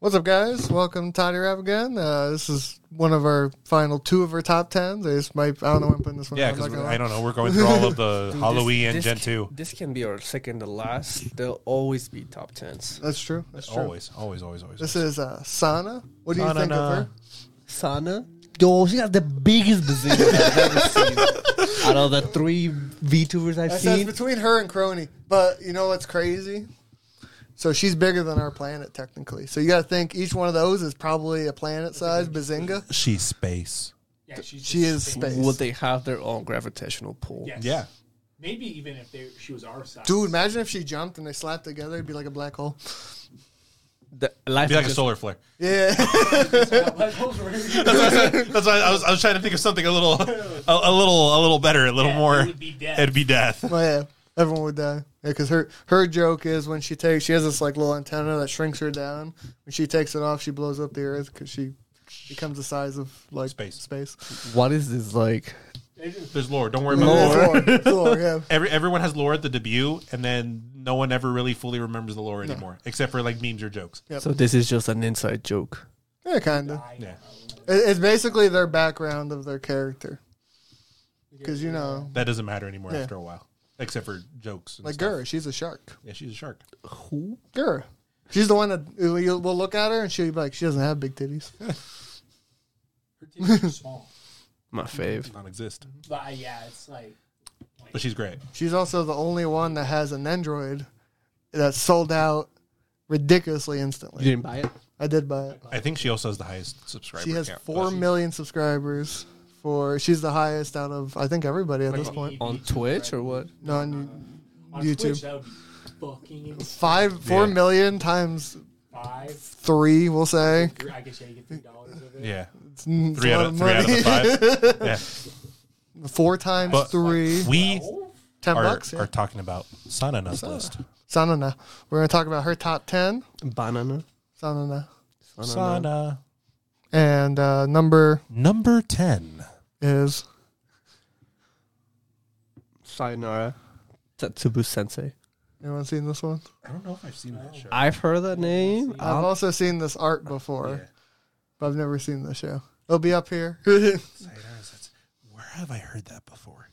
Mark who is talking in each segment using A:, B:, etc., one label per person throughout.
A: What's up, guys? Welcome to Toddy Rap again. Uh, this is one of our final two of our top tens. I just might, I don't know when I'm putting this one
B: Yeah,
A: out. I'm
B: because
A: not gonna
B: I
A: lie.
B: don't know. We're going through all of the
C: Dude,
B: Halloween and
C: this
B: Gen
C: ca-
B: Two.
C: This can be our second to last. They'll always be top tens.
A: That's true. That's true.
B: Always, always, always, always.
A: This is uh, Sana. What do you
B: Sana
A: think
B: na.
A: of her?
D: Sana. Yo, she got the biggest bazooka I've ever seen. Out of the three VTubers I've
A: I said
D: seen,
A: it's between her and Crony. But you know what's crazy? So she's bigger than our planet technically. So you got to think each one of those is probably a planet size bazinga.
B: She's space.
E: Yeah, she's
A: She is
E: just space.
A: space.
C: Will they have their own gravitational pull?
E: Yes.
B: Yeah.
E: Maybe even if they, she was our size.
A: Dude, imagine if she jumped and they slapped together, it'd be like a black hole.
C: The life
B: Be like a
C: is
B: solar flare.
A: Yeah.
E: Black holes were-
B: That's why I, said- that's why I was, I was trying to think of something a little, a, a little, a little better, a little
E: Yeah,
B: more.
E: it would be death.
B: It'd be death.
A: Well, yeah, everyone would die. Yeah, because her her joke is when she takes she has this like little antenna that shrinks her down. When she takes it off, she blows up the earth because she becomes the size of like
B: Space.
A: Space.
D: what is this like?
B: There's lore. Don't worry about
A: It's
B: lore.
A: lore. It's lore, yeah.
B: Every, everyone has lore at the debut, and then no one ever really fully remembers the lore anymore, except for like memes or jokes.
C: So this is just an inside joke.
A: Yeah, kind of.
B: Yeah,
A: It's basically their background of their character. Because you know,
B: that doesn't matter anymore
A: Yeah.
B: after a while, except for jokes. and
A: like
B: stuff.
A: Gura, she's a shark.
B: Yeah, she's a shark.
A: Gura, she's the one that we will look at her and she'll be like, she doesn't have big titties.
E: Her titties are small.
C: My fave.
B: Non-exist,
E: But uh, yeah, it's like
B: but she's great.
A: She's also the only one that has an android that sold out ridiculously instantly.
D: You didn't buy it?
A: I did buy it.
B: I think she also has the highest subscriber.
A: She has
B: count.
A: four million subscribers. For she's the highest out of I think everybody at this point.
C: On Twitch or what?
A: No, on
E: on
A: YouTube.
E: Twitch, that would be fucking insane.
A: five four
B: Yeah.
A: million times
E: five.
A: three, we'll say.
E: Three, I guess yeah, you get three dollars of it.
B: Yeah,
A: It's, it's
B: three
A: a
B: out
A: lot
B: of
A: of
B: three out of
A: money.
B: the five. Yeah.
A: Four times
B: But-
A: three,
B: we
A: ten
B: are,
A: bucks. Yeah.
B: are talking about Sanana's list.
A: Sanana. We're gonna talk about her top ten.
C: Banana.
A: Sanana.
B: Sana
A: And uh, number
B: number ten.
A: is
C: Sayonara. Tatsubu Sensei.
A: anyone seen this one?
B: I don't know if I've seen that show.
C: I've heard that name.
A: I've
C: I'll-
A: also seen this art before,
B: Yeah.
A: but I've never seen the show. It'll be up here.
B: Sayonara's, that's- Where have I heard that before?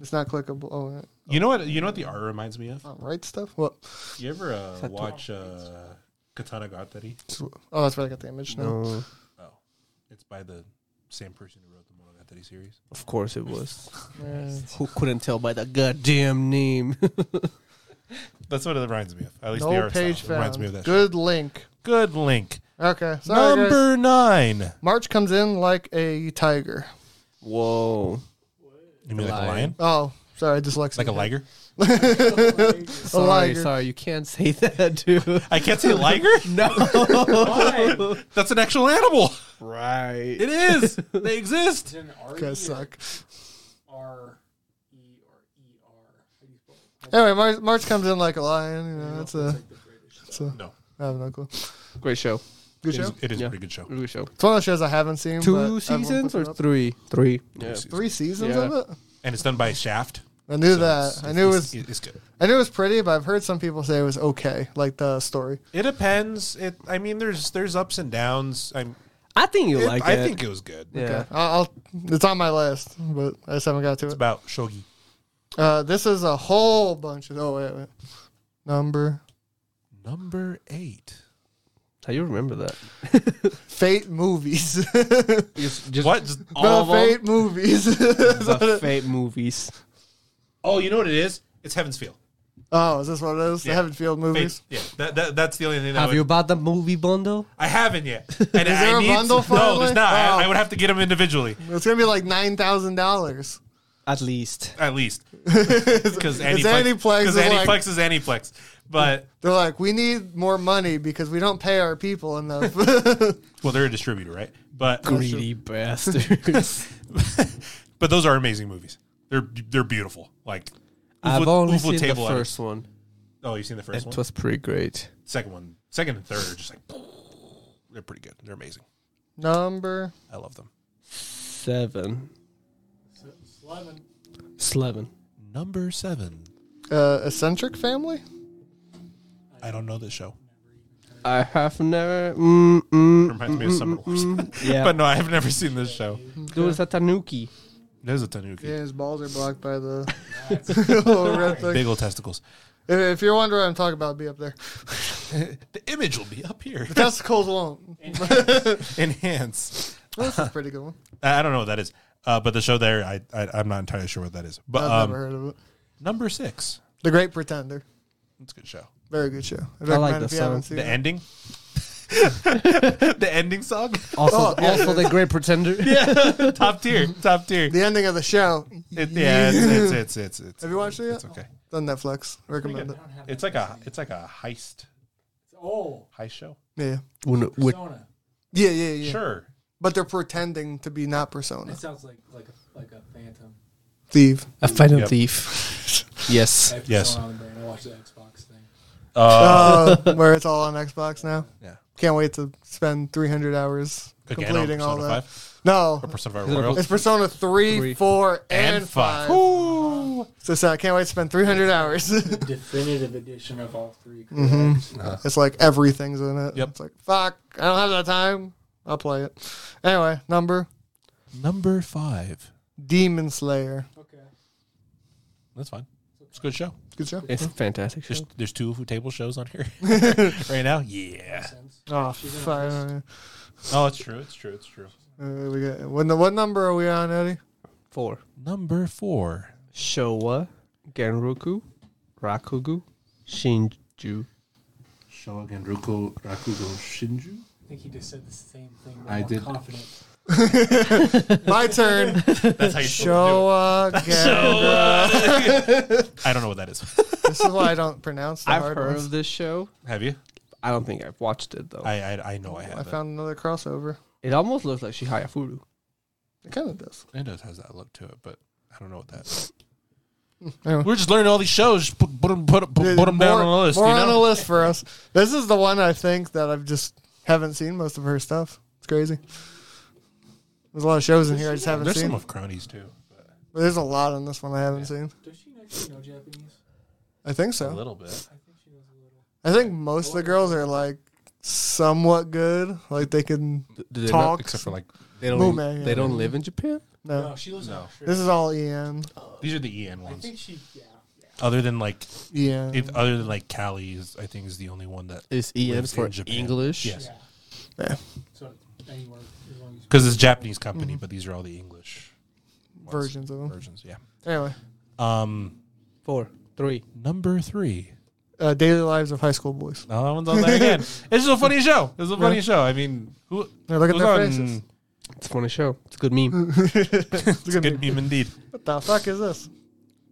A: it's not clickable. Oh,
B: You know what? You know what the art reminds me of.
A: uh, right stuff. What?
B: You ever uh, watch uh, Katana Gatari?
A: Oh, that's where I got the image. No.
C: No,
B: Oh, it's by the same person who wrote the Monogatari series.
C: of course it was.
A: Yeah.
C: Who couldn't tell by the goddamn name?
B: That's what it reminds me of. At least the
A: No
B: art style.
A: page
B: It reminds
A: found.
B: me of that.
A: Good link.
B: show. Good link.
A: Okay. Sorry, guys.
B: Number nine.
A: March comes in like a tiger.
C: Whoa.
B: You mean like a
C: Lion.
B: lion?
A: Oh, sorry, dyslexia.
B: Like a liger?
A: A
C: Sorry,
A: liger.
C: sorry, you can't say that, dude.
B: I can't say liger.
E: Why?
B: That's an actual animal.
C: Right.
B: It is. they exist.
E: Is it an
A: You
E: R E or
A: guys suck.
E: R E or E R? How do you spell it?
A: Anyway, March, March comes in like a lion. You know, it's a. It's a
B: No,
A: I have no clue.
C: Great show.
A: Good
B: it
A: show.
B: is, it is
C: Yeah.
B: a pretty good show.
C: Great show.
A: It's one of those shows I haven't seen. but
C: Two
A: everyone
C: seasons
A: puts it
C: or
A: up.
C: three? Three. Yeah.
A: three seasons
C: Yeah.
A: of it?
B: And it's done by Shaft.
A: I knew
B: So
A: that.
B: it's-
A: I knew it
B: it's,
A: was.
B: it's good.
A: I knew it was pretty, but I've heard some people say it was okay, like the story.
B: It depends. It. I mean, there's there's ups and downs. I'm.
C: I think you
B: it-
C: like
B: I
C: it.
B: think it was good.
C: Yeah.
A: Okay. I'll, I'll. It's on my list, but I just haven't got to
B: It's
A: it.
B: about shogi.
A: Uh, this is a whole bunch of. Oh wait, wait. Number
B: Number eight.
C: How you remember that?
A: Fate movies.
C: Just, just
B: What? Just
A: the
B: all of them?
A: Fate movies.
C: the fate movies.
B: Oh, you know what it is? It's Heaven's Feel.
A: oh, is this what it is?
B: Yeah.
A: The Heaven Field movies.
B: Fate. Yeah. That, that, that's the only thing. That
C: Have
B: would-
C: you bought the movie bundle?
B: I haven't yet. And
A: Is there
B: I
A: a
B: need
A: bundle
B: to, No, there's
A: finally?
B: not. I,
A: Oh.
B: I would have to get them individually
A: It's gonna be like nine thousand dollars.
C: At least.
B: at least because
A: Aniplex is
B: Because
A: like-
B: Aniplex is Aniplex. But
A: They're like, we need more money because we don't pay our people enough. yeah,
B: well, they're a distributor, right? But
C: Greedy bastards.
B: but those are amazing movies. They're they're beautiful. Like
C: I've
B: Oofla-
C: only
B: Oofla
C: seen the
B: Table Edit.
C: first one.
B: Oh, you seen the first
C: It
B: one?
C: was pretty great.
B: second one, second and third are just like they're pretty good. They're amazing.
A: number
B: I love them.
C: Seven.
E: Eleven.
C: Slevin.
B: Number seven.
A: uh, eccentric family.
B: I don't know this show.
C: I have never. Mm, mm,
B: Reminds
C: mm,
B: me of
C: mm,
B: Summer
C: mm,
B: Wars.
C: mm.
D: Yeah.
B: But no, I have never seen this show.
C: There was a tanuki.
B: There's a tanuki.
A: Yeah, his balls are blocked by the little red thing.
B: Big old testicles.
A: If, if you're wondering what I'm talking about, be up there.
B: the image will be up here.
A: The testicles alone.
B: Enhance.
A: That's a pretty good one.
B: I I don't know what that is, uh, but the show there, I, I I'm not entirely sure what that is. But
A: I've
B: um,
A: never heard of it.
B: number six,
A: The Great Pretender.
B: that's a good show.
A: Very good show. I'd
D: I like
A: recommend
D: the
A: if you
D: song.
A: haven't seen
B: The
A: it.
B: ending. the ending song,
D: Also,
A: Oh, yeah.
D: also the Great Pretender.
B: top tier, top tier.
A: The ending of the show.
B: It- yeah, it's it's it's it's. it's
A: Have you watched it yet?
B: It's okay.
A: It's on Netflix. Recommend it.
B: It's like a it's like a heist
E: Oh,
B: heist show.
A: Yeah.
D: When- when-
E: persona.
A: Yeah, yeah, yeah.
B: Sure.
A: But they're pretending to be not persona.
E: That sounds like like a, like a phantom.
A: Thief.
C: A phantom
B: Yep.
C: thief. yes.
E: I have
B: Yes.
E: Persona on the brain. I watched the Xbox thing.
B: Uh,
A: Uh, where it's all on Xbox now.
B: yeah.
A: Can't wait to spend 300 hours
B: Uh, Again, on
A: completing all
B: Persona
A: that.
B: Five
A: No.
B: or Persona Five Royal
A: It's Persona 3,
C: Three.
A: 4, and, 5.
B: and Five. Ooh.
A: So, so I can't wait to spend 300 hours.
E: The definitive edition of all 3
A: Mhm. it's like everything's in it.
B: Yep.
A: It's like, fuck, I don't have that time. I'll play it. Anyway, number
B: Number five.
A: Demon Slayer.
E: Okay.
B: That's fine. It's a good show.
A: Good show.
C: It's a fantastic.
B: There's
C: show.
B: there's two table shows on here right now. Yeah.
E: Sense.
A: Oh,
E: She's in a
A: fuck.
E: house.
B: Oh, it's true. It's true. It's true.
A: Uh, we got, what, nu- what number are we on, Eddie?
C: Four.
B: Number four.
C: Showa, Genroku, Rakugu, Shinju.
B: Shogun Ruko Rakugo Shinju.
E: I think he just said the same thing. but
B: I
E: more
B: did.
E: Confident.
A: My turn.
B: That's how you show.
A: Showa Genra.
B: I don't know what that is.
A: This is why I don't pronounce the
C: I've
A: hard
C: heard
A: ones.
C: of this show.
B: have you?
C: I don't think I've watched it though.
B: I I, I know Oh. I have.
A: I found another crossover.
C: it almost looks like Shihaya Furu.
A: It kind of does.
B: it. it does has that look to it, but I don't know what that. Is.
A: Anyway.
B: We're just learning all these shows. Just Put put them put, 'em- put, put 'em down
A: More-
B: on a list. You
A: More on a
B: know?
A: list for us. This is the one I think that I've just haven't seen most of her stuff. It's crazy. There's a lot of shows in here I just haven't
B: There's
A: seen.
B: some of Cronies too. but
A: But there's a lot on this one I haven't seen.
E: Does she actually know Japanese?
A: I think
B: A
A: so.
B: little bit.
E: I think she knows a little.
A: I think most of the girls are like somewhat good. Like they can
C: Do they
A: talk.
B: Except for like
C: they don't.
A: Mume, yeah.
C: they don't live in Japan.
A: No.
E: No, she lives
B: No.
E: no.
A: This is all E EN.
B: these are the EN
E: I
B: ones.
E: think she. Yeah. yeah.
B: Other than like
A: EN.
B: if, other than like Cali is I think is the only one that
C: Is EN
B: Lives
C: for
B: in Japan.
C: English?
B: Yes.
E: Yeah.
A: Yeah.
E: So anywhere as long as
B: because it's a Japanese company,
A: Mm-hmm.
B: but these are all the English ones.
A: versions of them.
B: versions. Yeah.
A: Anyway,
B: Um,
C: Four, three.
B: number three.
A: uh, Daily Lives of High School Boys.
B: No, that one's on there again. It's just a funny show. It's a funny
A: Yeah.
B: show. I mean, who?
A: Now look at
B: who's
A: their
B: on-
A: faces.
C: It's a funny show. It's a good meme.
A: It's
B: It's a
A: gonna
B: good
A: be-
B: meme indeed.
A: what the fuck is this?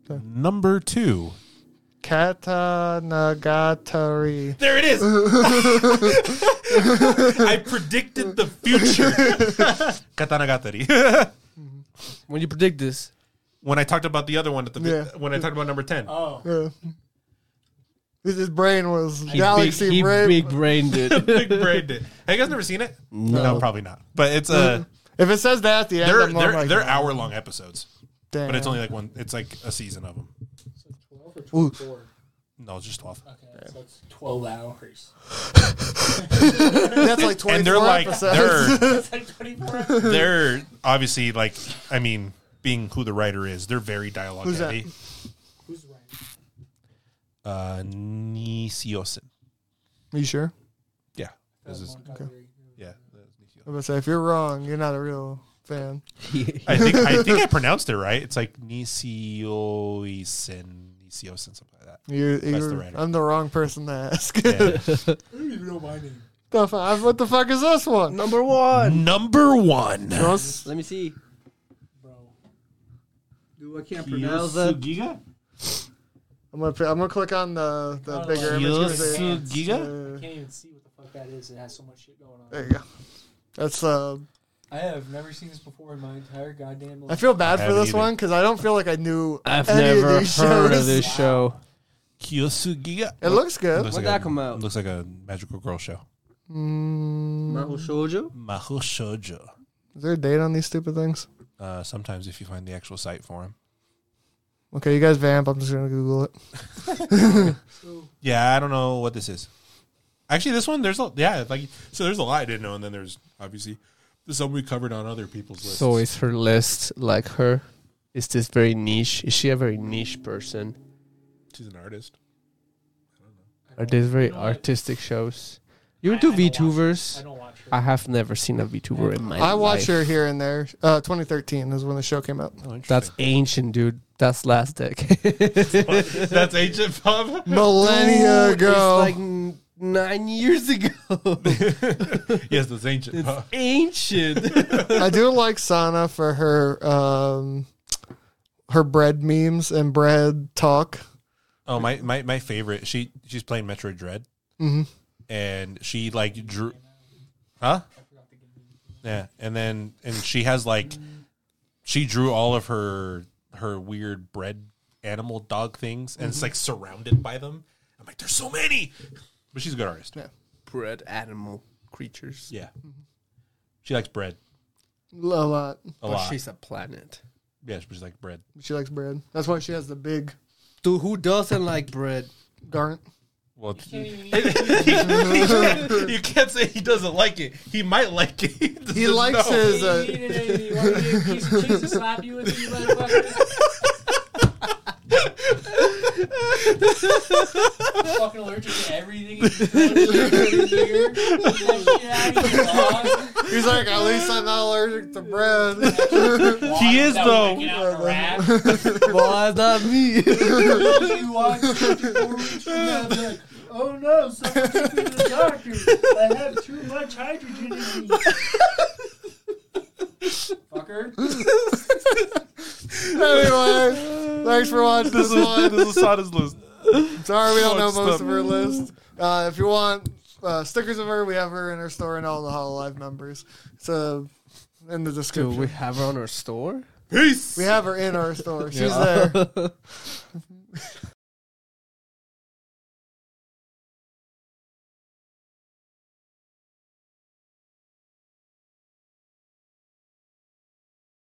B: Number two.
A: Kata Nagatari.
B: There it is. I predicted the future. Katana Gatari.
C: when you predict this,
B: when I talked about the other one at the
A: Yeah.
B: when I talked about number ten.
E: Oh.
A: Yeah. His his Uh, brain was
C: he
A: galaxy
C: big, he
A: brain.
C: big brained it.
B: Big brained it. Have you guys never seen it?
C: No.
B: probably not. But it's a
A: If it says that at the end,
B: they're
A: I'm Mm-hmm. more
B: they're,
A: like,
B: they're hour long episodes,
A: damn.
B: but it's only like one. It's like a season of them.
E: So twelve or twenty-four.
B: No, it's just twelve.
E: Okay. So it's twelve hours.
A: that's like 24
B: And they're like
A: episodes.
B: they're
E: That's like twenty-four. hours.
B: they're obviously like I mean, being who the writer is, they're very dialogue
A: Who's that?
B: heavy.
E: Who's right?
B: Uh, Nisiosin.
A: you sure?
B: Yeah, this is
E: Monogatari.
B: yeah. that is Nisiosin.
A: I'm gonna say if you're wrong, you're not a real fan.
B: I think I think I pronounced it right. It's like Nisiosin, Nisiosin, something like
A: You,
B: the
A: you're,
B: writer.
A: I'm the wrong person to ask.
B: that. Yeah.
E: I don't even know my name.
A: The fu- I- what the fuck is this one?
C: Number one.
B: Number one.
A: Gross.
D: Let me see.
E: Bro. Dude, I can't
D: pronounce
E: that.
D: that.
A: I'm gonna, I'm gonna click on the, the
E: Oh,
A: bigger image. 'cause they-
E: I
A: uh,
E: can't even see what the fuck that is. It has so much shit going
A: There
E: on.
A: you go. That's uh,
E: I have never seen this before in my entire goddamn life.
A: I feel bad
B: I
A: for
B: haven't
A: this
B: either.
A: one because I don't feel like I knew.
C: I've
A: any
C: never
A: of
C: heard
A: these
C: of
A: shows.
C: this show.
B: Kyosugiga.
A: It looks good.
B: Looks
D: When'd
B: like
D: that
B: a-
D: come out?
B: Looks like a magical girl show.
A: Mm,
D: Shoujo?
B: Mahou Shoujo.
A: is there a date on these stupid things?
B: Uh, sometimes if you find the actual site for him.
A: Okay, you guys vamp. I'm just gonna Google it.
E: So,
B: Yeah, I don't know what this is. Actually, this one there's a yeah like so there's a lot I didn't know, and then there's obviously some we covered on other people's lists.
C: So is her list like her? Is this very niche? Is she a very niche person?
B: she's an artist.
C: Are these very
E: You know what?
C: artistic shows? You do
E: I- I don't watch- I
C: VTubers?
E: don't watch her.
C: I have never seen a VTuber in my
A: I watch
C: life.
A: her here and there. Uh, 2013 is when the show came out.
B: Oh,
C: That's ancient, dude. That's last decade.
B: that's ancient Bob.
A: Millennia
C: Dude,
A: ago.
C: It's like n- nine years ago.
B: yes, that's ancient Bob.
C: ancient.
A: I do like Sana for her um, her bread memes and bread talk.
B: Oh my, my my favorite. She she's playing Metroid Dread,
A: Mhm.
B: and she like drew, huh? Yeah, and then and she has like, she drew all of her her weird bread animal dog things, and it's like surrounded by them. I'm like, there's so many, but she's a good artist.
A: Yeah.
C: Bread animal creatures.
B: Yeah, she likes bread
A: A lot.
B: a lot.
C: she's a planet.
B: yeah, she's like bread.
A: She likes bread. That's why she has the big
C: Dude, who doesn't like bread?
A: garnet.
B: Well, it's-
E: Can't even eat it.
B: you can't say he doesn't like it. He might like it. He, doesn't
A: likes uh,
B: know.
A: it.
E: You
A: a-
E: eat it and you want to get a piece of cheese to slap you with it, you motherfucker. Fucking allergic to everything. You year. Get that shit out of here, dog.
A: He's like, at least I'm not allergic to bread.
B: He is
E: That was
B: though.
E: making out in a rap.
C: Why not me?
E: You walk in 54 weeks from now, and be like, Oh no, someone took me to the doctor. I have too much hydrogen in me. Fucker.
A: anyway, thanks for watching this one.
B: this is Sada's list.
A: Sorry, we don't know
B: Fun
A: most
B: stuff.
A: of her list. Uh, if you want uh, stickers of her, we have her in her store and all the Hollow Live members. So in the
C: Dude,
A: description,
C: we have her on our store?
B: Peace.
A: we have her in our store. She's
C: Yeah.
A: there.